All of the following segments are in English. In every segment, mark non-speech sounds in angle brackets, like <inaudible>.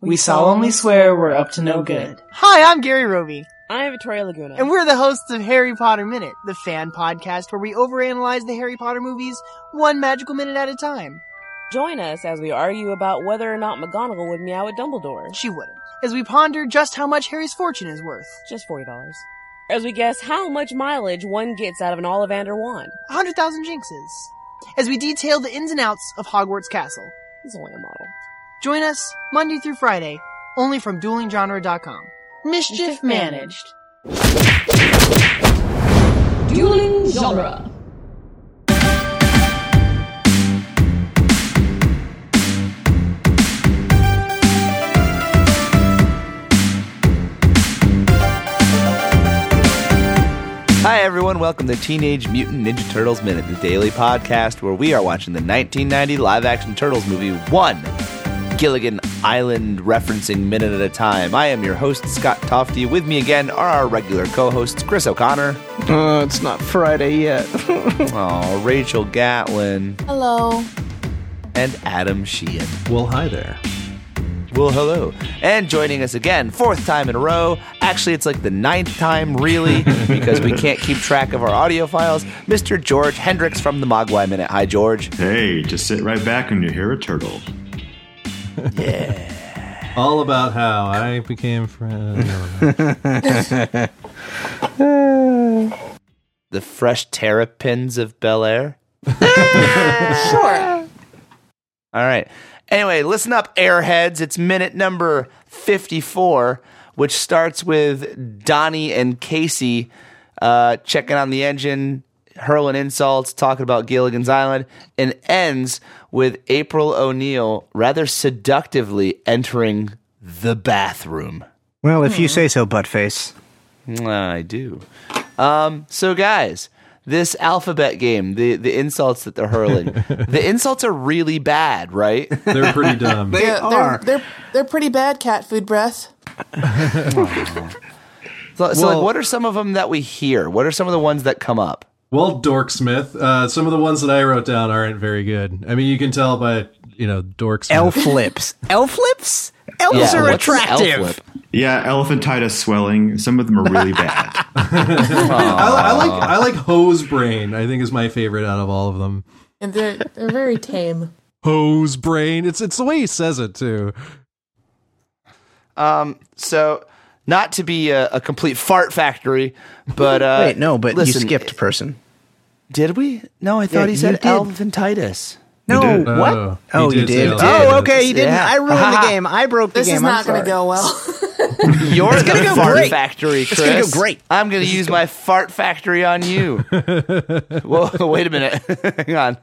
We solemnly swear we're up to no good. Hi, I'm Gary Roby, I'm Victoria Laguna. and we're the hosts of Harry Potter Minute, the fan podcast where we overanalyze the Harry Potter movies one magical minute at a time. Join us as we argue about whether or not McGonagall would meow at Dumbledore. She wouldn't. As we ponder just how much Harry's fortune is worth. Just $40. As we guess how much mileage one gets out of an Ollivander wand. a 100,000 jinxes. As we detail the ins and outs of Hogwarts Castle. It's only a model. Join us Monday through Friday, only from duelinggenre.com. Mischief managed. Dueling genre. Hi, everyone. Welcome to Teenage Mutant Ninja Turtles Minute, the daily podcast where we are watching the 1990 live action Turtles movie, one Gilligan Island referencing minute at a time. I am your host, Scott Tofty. With me again are our regular co hosts, Chris O'Connor. Uh, it's not Friday yet. <laughs> Oh, Rachel Gatlin. Hello. And Adam Sheehan. Well, hi there. Well, hello. And joining us again, fourth time in a row. Actually, it's like the ninth time, <laughs> really, because we can't keep track of our audio files. Mr. George Hendricks from the Mogwai Minute. Hi, George. Hey, just sit right back when you hear a turtle. All about how I became friends. The fresh terrapins of Bel Air. Sure. All right. Anyway, listen up, airheads. It's minute number 54, which starts with Donnie and Casey uh, checking on the engine, hurling insults, talking about Gilligan's Island, and ends with April O'Neil rather seductively entering the bathroom. Well, if you say so, Buttface. I do. Um, so, guys, this alphabet game, the, the insults that they're <laughs> hurling, the insults are really bad, right? They're pretty dumb. <laughs> They are. They're they're pretty bad cat food breath. So, so like, Well- what are some of them that we hear? What are some of the ones that come up? Well, Dorksmith. Uh, some of the ones that I wrote down aren't very good. I mean, you can tell by you know Dorksmith. Elf lips. Elf lips? Elves Yeah, are what's an elf attractive. lip? Yeah, elephantitis swelling. Some of them are really <laughs> bad. I, li- I like Ah. I like Hose Brain. I think is my favorite out of all of them. And they're they're very <laughs> tame. Hose Brain. It's it's the way he says it too. Um, so not to be a, a complete fart factory, but uh, Wait, no, but listen, you skipped person. Did we? No, I Yeah, thought he you said did. elephantitis. No, did. what? Oh, he oh, did you say did. elf Oh, lips. okay, you didn't. Yeah. I ruined the game. I broke the This game. is I'm not going sorry. to go Oh, well. <laughs> You're the go fart great. factory, Chris. gonna go great. I'm gonna use my fart factory on <laughs> you. Whoa, wait a minute. <laughs> Hang on.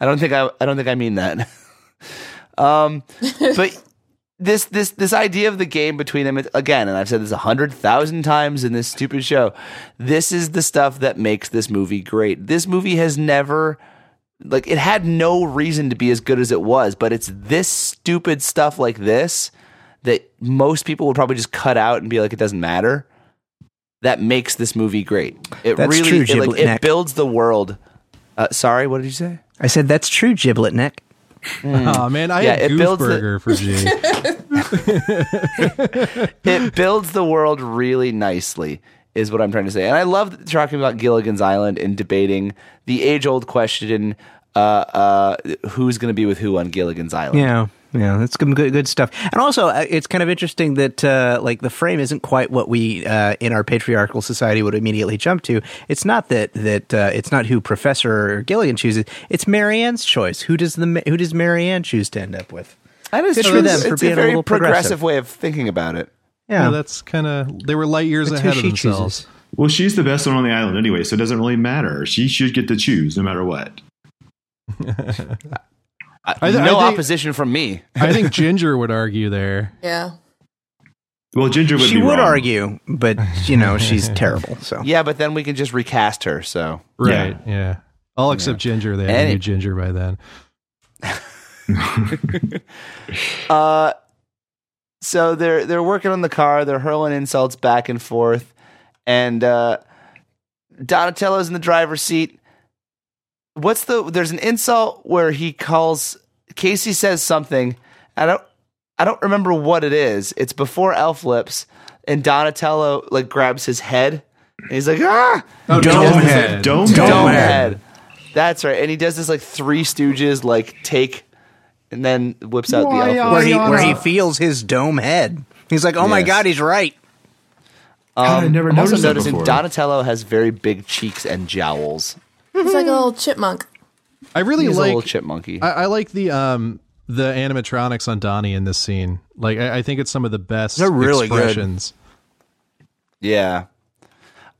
I don't think I I don't think I mean that. <laughs> Um but this this this idea of the game between them it's- again, and I've said this a hundred thousand times in this stupid show. This is the stuff that makes this movie great. This movie has never like it had no reason to be as good as it was, but it's this stupid stuff like this that most people would probably just cut out and be like, it doesn't matter. That makes this movie great. It That's really true, it, like, Giblet it Neck. builds the world. Uh, sorry, what did you say? I said that's true, giblet neck. Oh man, I Yeah, had it Goof builds the- Burger for <laughs> G. It builds the world really nicely, is what I'm trying to say. And I love that they're talking about Gilligan's Island and debating the age old question uh, uh, who's going to be with who on Gilligan's Island. Yeah, yeah, that's good, good, good stuff. And also, uh, it's kind of interesting that uh, like the frame isn't quite what we uh, in our patriarchal society would immediately jump to. It's not that that uh, it's not who Professor Gilligan chooses. It's Marianne's choice. Who does the who does Marianne choose to end up with? That is Good for true. them it's for it's being a a very little progressive. progressive. way of thinking about it. Yeah, Yeah, that's kind of they were light years It's who ahead of she themselves. chooses. Well, she's the best one on the island anyway, so it doesn't really matter. She should get to choose no matter what. I, I- I no think- opposition from me. <laughs> I think Ginger would argue there. yeah. Well, Ginger would she be would wrong. argue, but you know <laughs> she's terrible. So Yeah, but then we can just recast her. So Right. Yeah. All except Ginger. They And had it- new Ginger by then. Uh, so they're they're working on the car. They're hurling insults back and forth, and uh, Donatello's in the driver's seat. What's the? There's an insult where he calls Casey says something. I don't. I don't remember what it is. It's before Elf Lips, and Donatello like grabs his head, and he's like, ah, Oh, Dome Domehead. head. Dome dome head. head. That's right. And he does this like Three Stooges like take, and then whips out the Elf. where he where he feels his dome head. He's like, oh my Yes. god, he's right. I never I'm also noticed that noticing before. Donatello has very big cheeks and jowls. It's like a little chipmunk. I really He's a like little chipmunky. I, I like the um the animatronics on Donnie in this scene. Like I, I think it's some of the best They're really good. expressions. Yeah.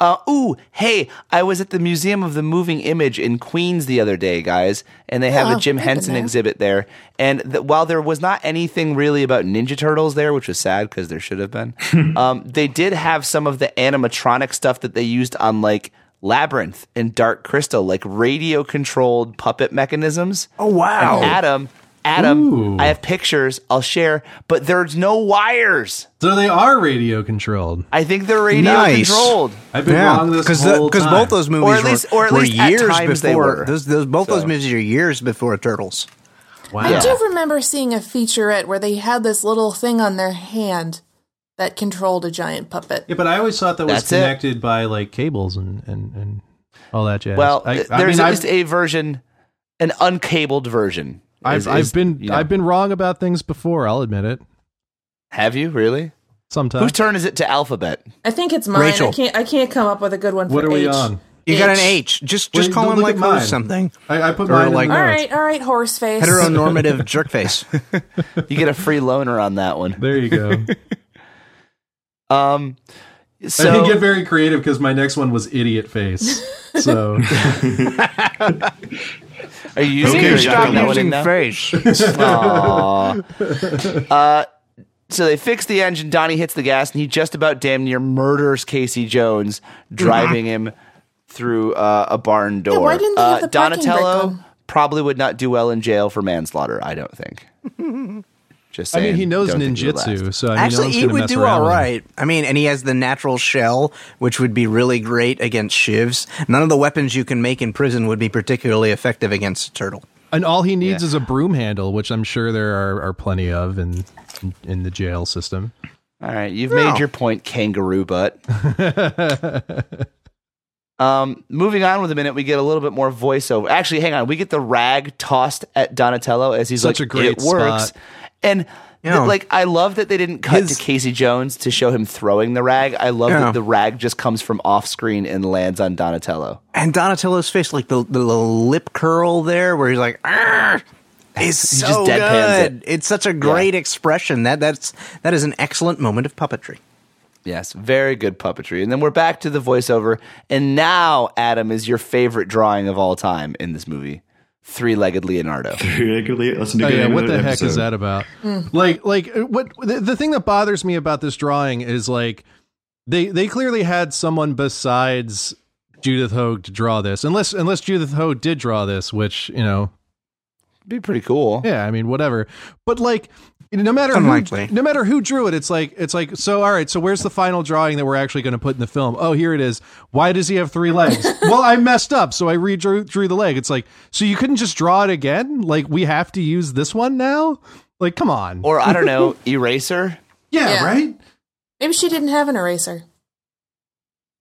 Uh, ooh, hey, I was at the Museum of the Moving Image in Queens the other day, guys, and they have Oh, a Jim I've been Henson there. exhibit there. And th- while there was not anything really about Ninja Turtles there, which was sad because there should have been, um, they did have some of the animatronic stuff that they used on like Labyrinth and Dark Crystal, like radio controlled puppet mechanisms. Oh wow. And Adam, Adam, Ooh. I have pictures I'll share, but there's no wires. So they are radio controlled. I think they're radio Nice. controlled. I've been wrong this the- whole time. both those movies Or at least- were, or at were least at years times they before were. those, those both those So. movies are years before Turtles. wow. I do remember seeing a featurette where they had this little thing on their hand that controlled a giant puppet. Yeah, but I always thought that was That's it. connected by like cables and and and all that jazz. Well, I, th- I there's mean, at I've, least a version, an uncabled version. I've, is- is, I've been you know. I've been wrong about things before. I'll admit it. Have you really? Whose Sometimes. turn is it to alphabet? I think it's mine. Rachel. I can't. I can't come up with a good one. what for are we H. on? You got an H. H. Just just Wait, call him look like at mine. or something. I, I put Or mine like- in the All notes. right, all right, horse face. Heteronormative <laughs> jerkface. You get a free loaner on that one. <laughs> There you go. Um, I didn't get so very creative because my next one was idiot face. <laughs> So are you using Okay, are you Jack, throwing I'm that one in now? face. Aw. Uh, so they fix the engine. Donnie hits the gas, and he just about damn near murders Casey Jones, driving him through uh, a barn door. why didn't they have Uh, the parking brake Donatello on? probably would not do well in jail for manslaughter. I don't think. <laughs> Just I saying. mean, he knows Don't think he would last. ninjutsu, so I mean, Actually, he would do all all right. I mean, and he has the natural shell, which would be really great against shivs. None of the weapons you can make in prison would be particularly effective against a turtle. And all he needs is a broom handle, which I'm sure there are, are plenty of in in the jail system. <laughs> All right, you've No. made your point, kangaroo butt. Oh, um, moving on with a minute, we get a little bit more voiceover. Actually, hang on, we get the rag tossed at Donatello as he's Such like, a great "It works," spot. and th- Yeah. like I love that they didn't cut His- to Casey Jones to show him throwing the rag. I love Yeah. that the rag just comes from off screen and lands on Donatello. And Donatello's face, like the, the little lip curl there, where he's like, "Arr!" is He just so deadpans good. It's such a great expression. That that's that is an excellent moment of puppetry. Yes, very good puppetry. And then we're back to the voiceover, and now Adam is your favorite drawing of all time in this movie, three-legged Leonardo. <laughs> Regularly listen to Oh, good yeah, what the episode. heck is that about? Like, like uh, what the, the thing that bothers me about this drawing is like they they clearly had someone besides Judith Hoag to draw this, unless unless Judith Hoag did draw this, which you know, Be pretty cool. yeah, I mean, whatever. But like, no matter Unlikely. who, no matter who drew it, it's like it's like so. All right, so where's the final drawing that we're actually going to put in the film? Oh, here it is. Why does he have three legs? well, I messed up, so I redrew drew the leg. It's like so you couldn't just draw it again. Like we have to use this one now. Like, come on. or I don't <laughs> know, eraser. Yeah, <laughs> Yeah. right. Maybe she didn't have an eraser.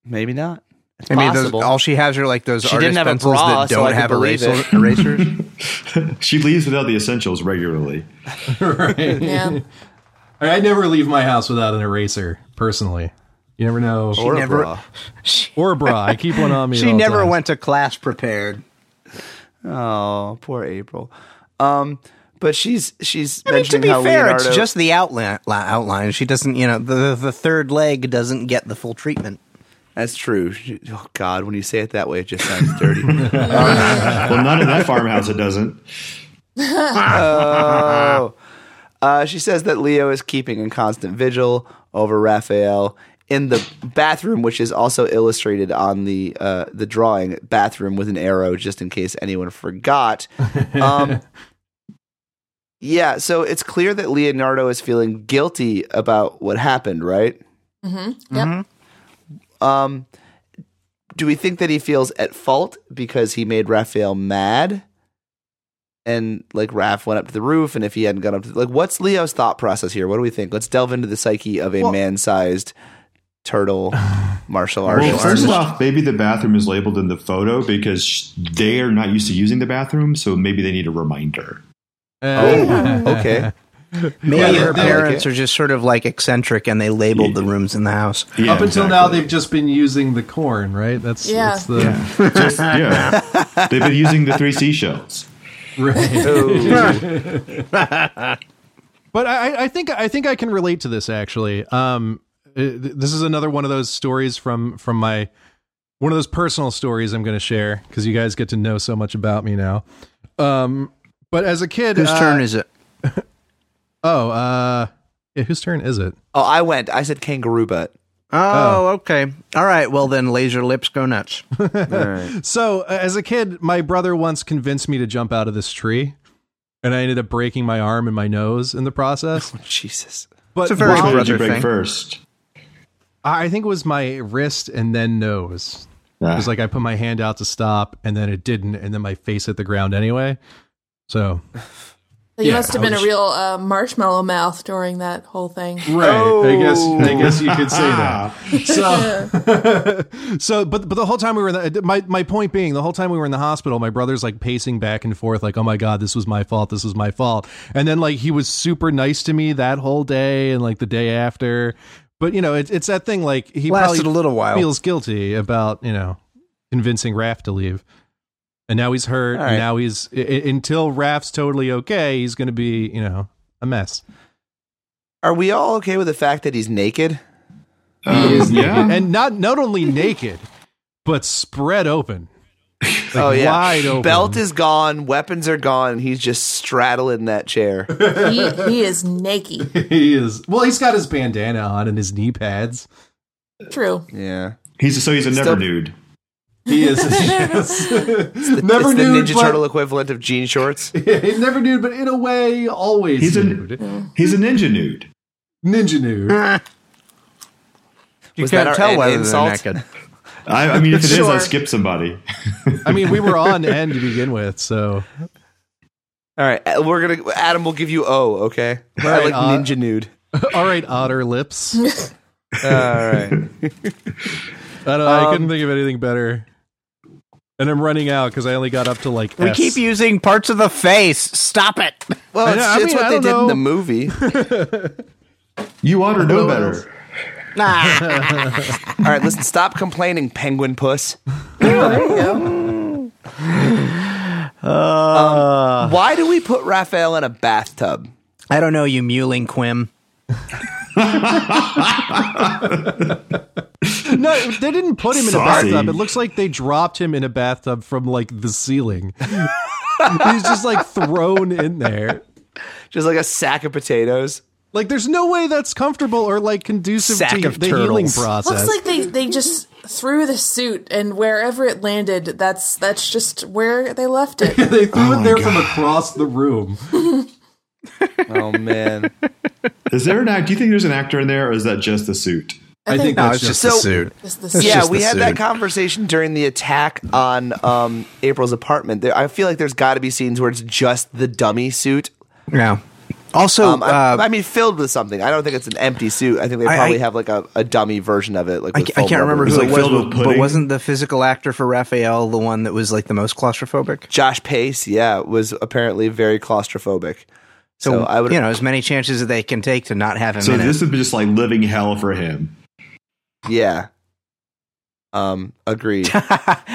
Maybe not. It's I mean, those, possible. all she has are like those She artist didn't have a pencils bra, that so don't I could have believe erasers. it. <laughs> erasers. She leaves without the essentials regularly. right. Yeah. I never leave my house without an eraser. Personally, you never know. Or, or a never- bra. or a bra. I keep one on me. at <laughs> she all never times. went to class prepared. Oh, poor April. Um, but she's she's I mean, to mentioning be how fair, Leonardo, it's just the outline. Outline. She doesn't, you know, the the third leg doesn't get the full treatment. that's true. She- oh God, when you say it that way, it just sounds dirty. <laughs> <laughs> Well, not in that farmhouse. It doesn't. oh, uh, she says that Leo is keeping a constant vigil over Raphael in the bathroom, which is also illustrated on the uh, the drawing bathroom with an arrow, just in case anyone forgot. <laughs> Um, yeah, so it's clear that Leonardo is feeling guilty about what happened, right? Mm-hmm. Yep. Mm-hmm. Um, do we think that he feels at fault because he made Raphael mad? and like Raph went up to the roof, and if he hadn't gone up to like, what's Leo's thought process here? What do we think? Let's delve into the psyche of a Well- man-sized turtle martial <laughs> Well, artist. first off, maybe the bathroom is labeled in the photo because sh- they are not used to using the bathroom, so maybe they need a reminder. Uh, okay. <laughs> Maybe Yeah, her they- they- parents are just sort of like eccentric and they labeled the rooms in the house. Yeah, Up until now, exactly. they've just been using the corn, right? That's Yeah. that's the yeah, just, yeah. they've been using the three seashells. <laughs> right. Ooh. But I, I- I think I think I can relate to this actually. Um, uh, th- this is another one of those stories from from my one of those personal stories I'm going to share because you guys get to know so much about me now. Um, but as a kid, Whose uh, turn is it? Oh, uh, yeah, whose turn is it? oh, I went. I said kangaroo butt. Oh, okay. All right. Well, then, laser lips go <laughs> nuts. So, uh, as a kid, my brother once convinced me to jump out of this tree, and I ended up breaking my arm and my nose in the process. Jesus. But It's a very Which one did brother you break thing. first? I I think it was my wrist and then nose. Ah. It was like I put my hand out to stop, and then it didn't, and then my face hit the ground anyway. So You Yeah, must have been a ouch. real uh, marshmallow mouth during that whole thing. right, I guess I guess you could say that. <laughs> So, so but but the whole time we were in the, my my point being the whole time we were in the hospital, my brother's like pacing back and forth, like oh my god, this was my fault, this was my fault, and then like he was super nice to me that whole day and like the day after. But you know, it's it's that thing like he Lasted probably a little while. feels guilty about you know convincing Raph to leave, and now he's hurt. All right. And now he's i- i- until Raph's totally okay, he's going to be you know a mess. Are we all okay with the fact that he's naked? Um, <laughs> yeah. and not not only naked, but <laughs> spread open. Like, oh yeah, wide open. belt is gone, weapons are gone. He's just straddling that <laughs> chair. he, he is naked. <laughs> he is well. He's got his bandana on and his knee pads. True. Yeah, He's so he's a never Still- nude. He is <laughs> <laughs> yes. never it's nude, the Ninja but, Turtle equivalent of jean <laughs> shorts. never nude, but in a way, always He's a- nude. He's a ninja nude. Ninja nude. You Was that can't our tell an whether they're insult? <laughs> naked. I, I mean, if it is, Sure. I skip somebody. I mean, we were on end to begin with, so <laughs> All right, uh, we're gonna Adam. will give you O. Okay, I right, like uh, ninja nude. all right. Otter lips. All I, right, don't, know, I Um, couldn't think of anything better. And I'm running out because I only got up to like. We S. keep using parts of the face. Stop it. <laughs> well, I it's, know, I it's mean, what I they don't did in the know. <laughs> movie. <laughs> All You ought to know Hello. better. Nah. right, listen, stop complaining, penguin <laughs> puss. <laughs> Uh, Um, Why do we put Raphael in a bathtub? I don't know, you mewling quim. No, they didn't put him in a Sorry. bathtub. It looks like they dropped him in a bathtub from like the ceiling. <laughs> He's just like thrown in there. Just like a sack of potatoes. Like there's no way that's comfortable or like conducive Sack to of the turtles. healing Looks process. Looks like they, they just threw the suit and wherever it landed, that's that's just where they left <laughs> it. they threw it there from across the room. Oh man. Is there an act? Do you think there's an actor in there, or is that just the suit? I think No, that's it's <laughs> just just, So- a suit. Just the It's suit. yeah, just we the had that suit. conversation during the attack on um, April's apartment. There, I feel like there's got to be scenes where it's just the dummy suit. Yeah. Also, Um, I, uh, I mean, filled with something. I don't think it's an empty suit. I think they I- probably I- have like a, a dummy version of it. Like I, with ca- I foam can't remember rubber. who It's it like was, filled with but- but pudding. wasn't the physical actor for Raphael the one that was like the most claustrophobic? Josh Pace, yeah, was apparently very claustrophobic. So, I would, you know, as many chances as they can take to not have him So in this <laughs> it. would be just like living hell for him. yeah, um, <laughs> agreed.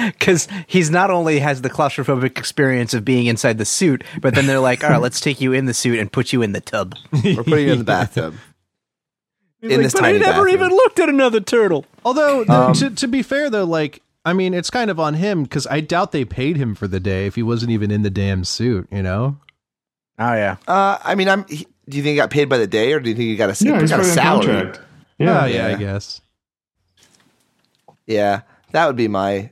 Because he's not only has the claustrophobic experience of being inside the suit, but then they're like, all right, let's take you in the suit and put you in the tub. We're putting you in the bathtub. He's In like, this but I tiny never bathroom." even looked at another turtle. Although th- to to be fair though, like I mean, it's kind of on him because I doubt they paid him for the day if he wasn't even in the damn suit. You know, Oh, yeah. Uh, I mean, I'm. He, do you think he got paid by the day, or do you think he got a, he he's got a probably on salary? contract. Ah, Yeah, yeah, I yeah. guess. Yeah, that would be my.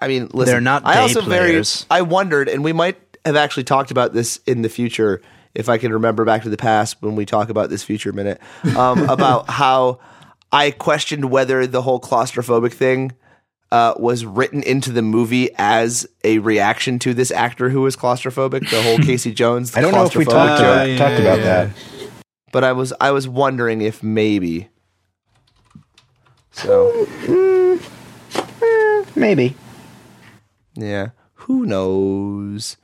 I mean, listen, They're not I day also players. very. I wondered, and we might have actually talked about this in the future if I can remember back to the past when we talk about this future minute <laughs> um, about how I questioned whether the whole claustrophobic thing uh, was written into the movie as a reaction to this actor who was claustrophobic. The <laughs> whole Casey Jones. The I don't know if we claustrophobic talked, joke. Uh, to- yeah, talked about yeah. that. but I was I was wondering if maybe. So Maybe. yeah, who knows?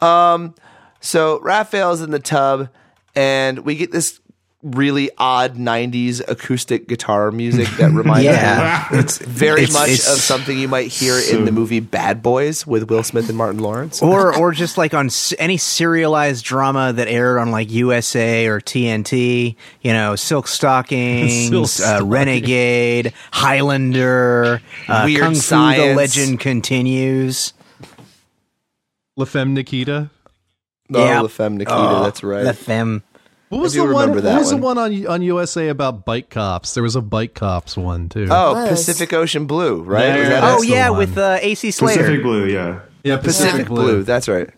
Um, so Raphael's in the tub, and we get this really odd '90s acoustic guitar music that reminds me <laughs> Yeah, it's very it's- much it's- of something you might hear in the movie Bad Boys with Will Smith and Martin Lawrence. or or just like on s- any serialized drama that aired on like USA or TNT, you know, Silk Stockings, Silk uh, Stockings. Renegade, Highlander, uh, Weird Kung Fu: The Science. Legend Continues. La Femme Nikita. Oh, Yeah. La Femme Nikita, Oh, that's right. The them. What was do the one? remember What that was the one. one on on USA about bike cops? There was a bike cops one too. oh, Yes. Pacific Ocean Blue, right? Yeah. Is that it? Oh the yeah, one. with uh, AC Slater. Pacific Blue, yeah. yeah, Pacific, Blue. <laughs> That's right.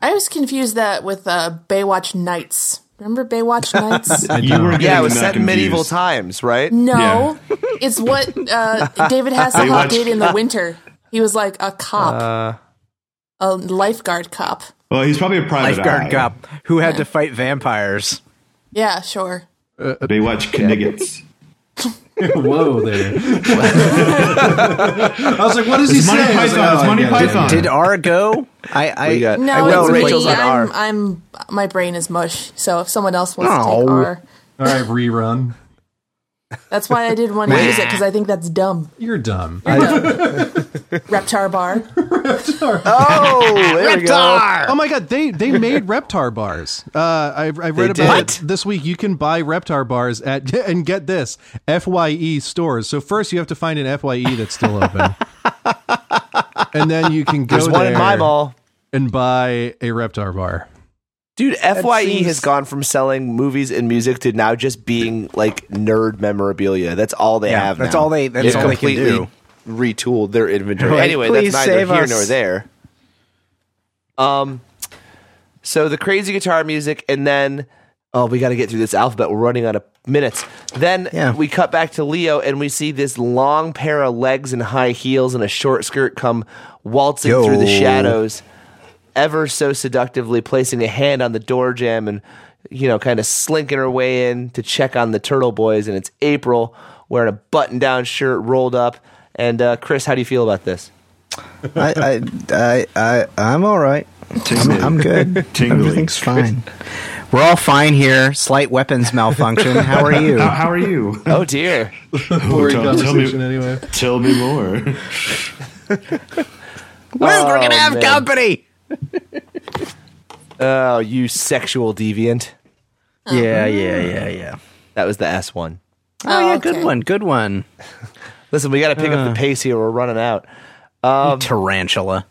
I always confuse that with uh, Baywatch Nights. <laughs> Remember Baywatch Nights? You were Yeah, it getting was them set in confused. medieval times, right? No, it's what uh, David Hasselhoff Baywatch. did in the winter. He was like a Uh. cop, a lifeguard cop. Well, he's probably a private eye. Lifeguard cop who had to fight vampires. Yeah, sure. They watch Kniggets. Whoa there! <laughs> I was like, what is he It's Monty saying? I was Python. like, oh, it's Monty yeah, yeah, yeah. Python. Did R go? I I, We got- No, I will it's Rachel's me. on R. I'm, I'm, my brain is mush. So if someone else wants to Oh. take No. R, All right, rerun. that's why I didn't want to use it because I think that's dumb. You're dumb. Reptar bar. Oh, there we go. Oh my god, they they made Reptar bars. Uh, I, I read did. about What? it this week. You can buy Reptar bars at <laughs> and get this Fye stores. So first, you have to find an Fye that's still <laughs> open, and then you can go There's one in there my mall. and buy a Reptar bar. Dude, FYE has gone from selling movies and music to now just being like nerd memorabilia. That's all they Yeah, have. that's now. all they- that's They've all they can completely Retooled their inventory. Right. anyway, Please that's neither save here us. nor there. Um, so the crazy guitar music, and then oh, we got to get through this alphabet. We're running out of minutes. Then Yeah. we cut back to Leo, and we see this long pair of legs and high heels and a short skirt come waltzing Yo. through the shadows ever so seductively placing a hand on the door jamb and you know kind of slinking her way in to check on the turtle boys and it's april wearing a button-down shirt rolled up and uh, chris how do you feel about <laughs> this I, I, I, I, am all right. I'm, I'm <laughs> good. Tingly. Everything's fine. <laughs> We're all fine here. Slight weapons malfunction. How are <laughs> you? How, how are you? oh dear Boring tell- tell me- conversation anyway. Tell me <laughs> more. Luke, we're gonna Oh, have man. company. oh you sexual deviant Yeah, yeah, yeah, yeah. that was the s one Oh, yeah, good one, good one. listen we gotta pick Uh. up the pace here we're running out Tarantula.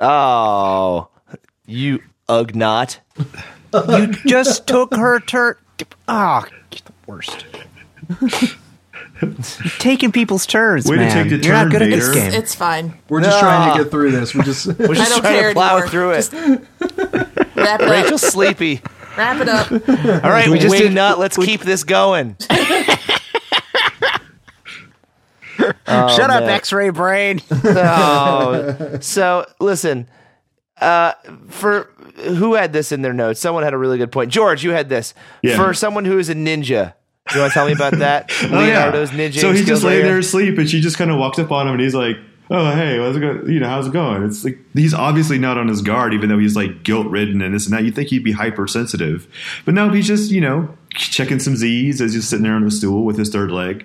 oh you ugnot You just took her tur. Ah, you're the worst. You're taking people's turns, Way to man. take the you're not turn, good at this Vader. game. <laughs> It's fine. We're just trying to get through this. We're just we're I just don't trying care to plow anymore. through it Wrap it rachel's up. <laughs> sleepy Wrap it up. all right we We just just did- nut let's keep this going Shut up, Oh, man. <laughs> X-ray brain. oh, so listen. Uh, for who had this in their notes? Someone had a really good point. George, you had this. Yeah. Oh, For someone who is a ninja, do you want to tell me <laughs> about that? Leonardo's ninja. So he just lay there there. asleep, and she just kind of walks up on him, and he's like, "Oh, hey, how's it going? You know, how's it going?" It's like he's obviously not on his guard, even though he's like guilt ridden and this and that. You'd think he'd be hypersensitive, but no, he's just you know checking some Z's as he's sitting there on the stool with his third leg.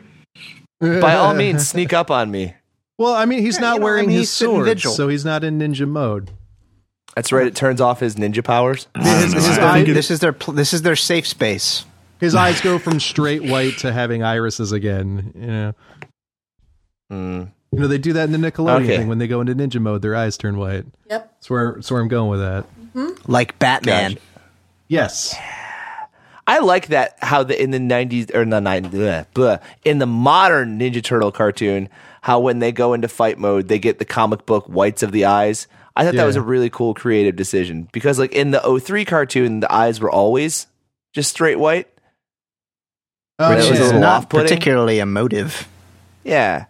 By all means, sneak up on me. <laughs> well. I mean, he's you not know, I wearing mean, his he's sitting sword, vigil. so he's not in ninja mode. That's right. It turns off his ninja powers. I don't This, know. this is I their, think it- this is their pl- this is their safe space. His eyes go from straight white to having irises again. You know. You know they do that in the Nickelodeon Okay. thing when they go into ninja mode, their eyes turn white. Yep. That's where that's where I'm going with that. Like Batman. Yes. I like that how the in the nineties or not nine bleh, bleh, in the modern Ninja Turtle cartoon, how when they go into fight mode, they get the comic book whites of the eyes. I thought Yeah. that was a really cool creative decision because like in the 03 cartoon, the eyes were always just straight white. Oh, Which Which yeah. is A little not off-putting. particularly emotive. Yeah.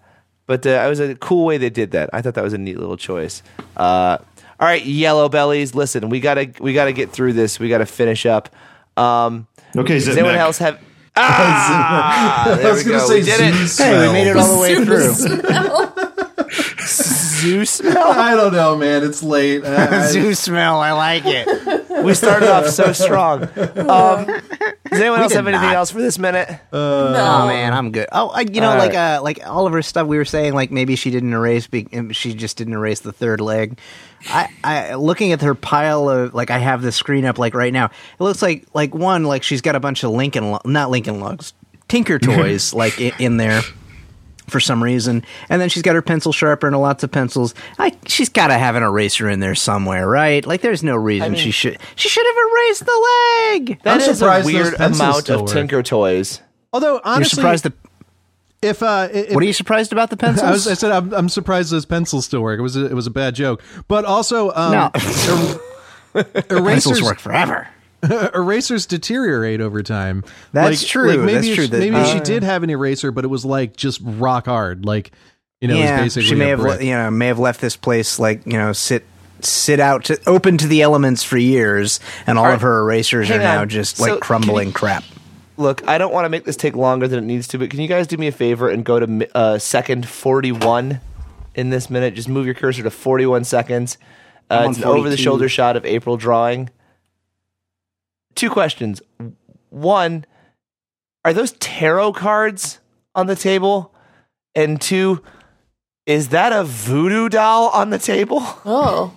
But uh, it was a cool way they did that. I thought that was a neat little choice. Uh, all right, yellow bellies. Listen, we gotta we gotta get through this. We gotta finish up. Um, Okay, does anyone Zipmec. else have? Ah, <laughs> I there was we gonna go. say we did it. Zeus Hey, we made it all the way through. Zoo smell. I don't know, man. It's <laughs> late. I- I- Zoo smell. I like it. We started off so strong. Um, does anyone else did have anything not. else for this minute? Um, Oh man, I'm good. Oh, I, you know, All like right. uh, like all of her stuff we were saying, like maybe she didn't erase, be- um, she just didn't erase the third leg. I, I looking at her pile of like I have the screen up like right now. It looks like like one like she's got a bunch of Lincoln, lo- not Lincoln Logs, <laughs> Tinker Toys like in, in there for some reason, and then she's got her pencil sharpener, lots of pencils. I she's got to have an eraser in there somewhere, right? Like there's no reason she should she should have erased the leg. That I'm is surprised a those weird pencils amount still of work. Tinker Toys. Although You're honestly, surprised the. if uh, i- if What are you surprised about the <laughs> pencils? I, was, I said I'm, I'm surprised those pencils still work. It was a, it was a bad joke, but also um, No. er- erasers <laughs> pencils work forever. <laughs> erasers deteriorate over time. That's Like- true. Like maybe That's if- true. That- maybe uh, she did have an eraser, but it was like just rock hard. Like you know, it yeah, was basically she may a have brick. le- you know may have left this place like you know sit sit out to, open to the elements for years, and all All of her erasers hang are now on. just So, like can crumbling you- crap. Look, I don't want to make this take longer than it needs to, but can you guys do me a favor and go to mi- uh, second 41 in this minute? Just move your cursor to 41 seconds. Uh, I'm on it's an over the 42. shoulder shot of April drawing. Two questions. One, are those tarot cards on the table? And two, is that a voodoo doll on the table? Oh.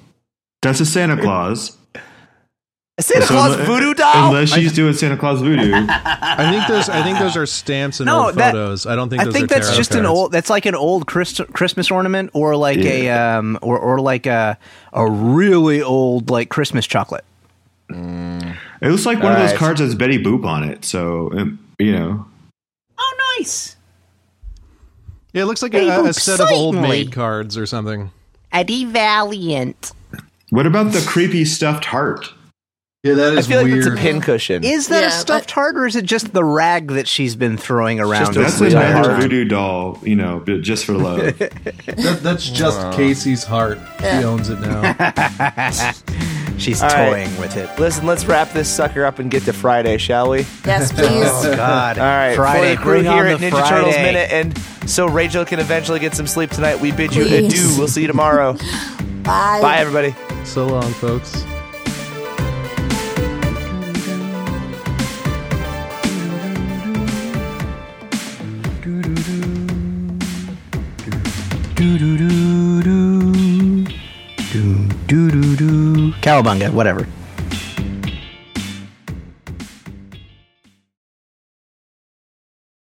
That's a Santa <laughs> Claus. A Santa So Claus unle- voodoo doll? Unless she's doing Santa Claus voodoo. I think those I think those are stamps and No, old that- photos. I don't think I those think are that's tarot just an cards. old that's like an old Christ, Christmas ornament or like a um or or like a a really old like Christmas chocolate. It looks like one of those Alright. cards has Betty Boop on it. So um, you know, Oh, nice! Yeah, it looks like a, a set of old Certainly. maid cards or something. Eddie Valiant what about the creepy stuffed heart? Yeah, that I feel like it's a pincushion. is that Yeah, a stuffed that- heart or is it just the rag that she's been throwing around? a That's Voodoo another heart. voodoo doll. You know, but just for love. That, that's just Casey's heart. He owns it <laughs> now. she's All right. toying with it. Listen, let's wrap this sucker up and get to Friday, shall we? Yes, please. God. All right, Friday, for the crew bring here on at the Ninja Friday. Turtles Minute, and so Rachel can eventually get some sleep tonight. We bid you Please. adieu. We'll see you tomorrow. Bye, everybody. so long, folks. Cowabunga, whatever.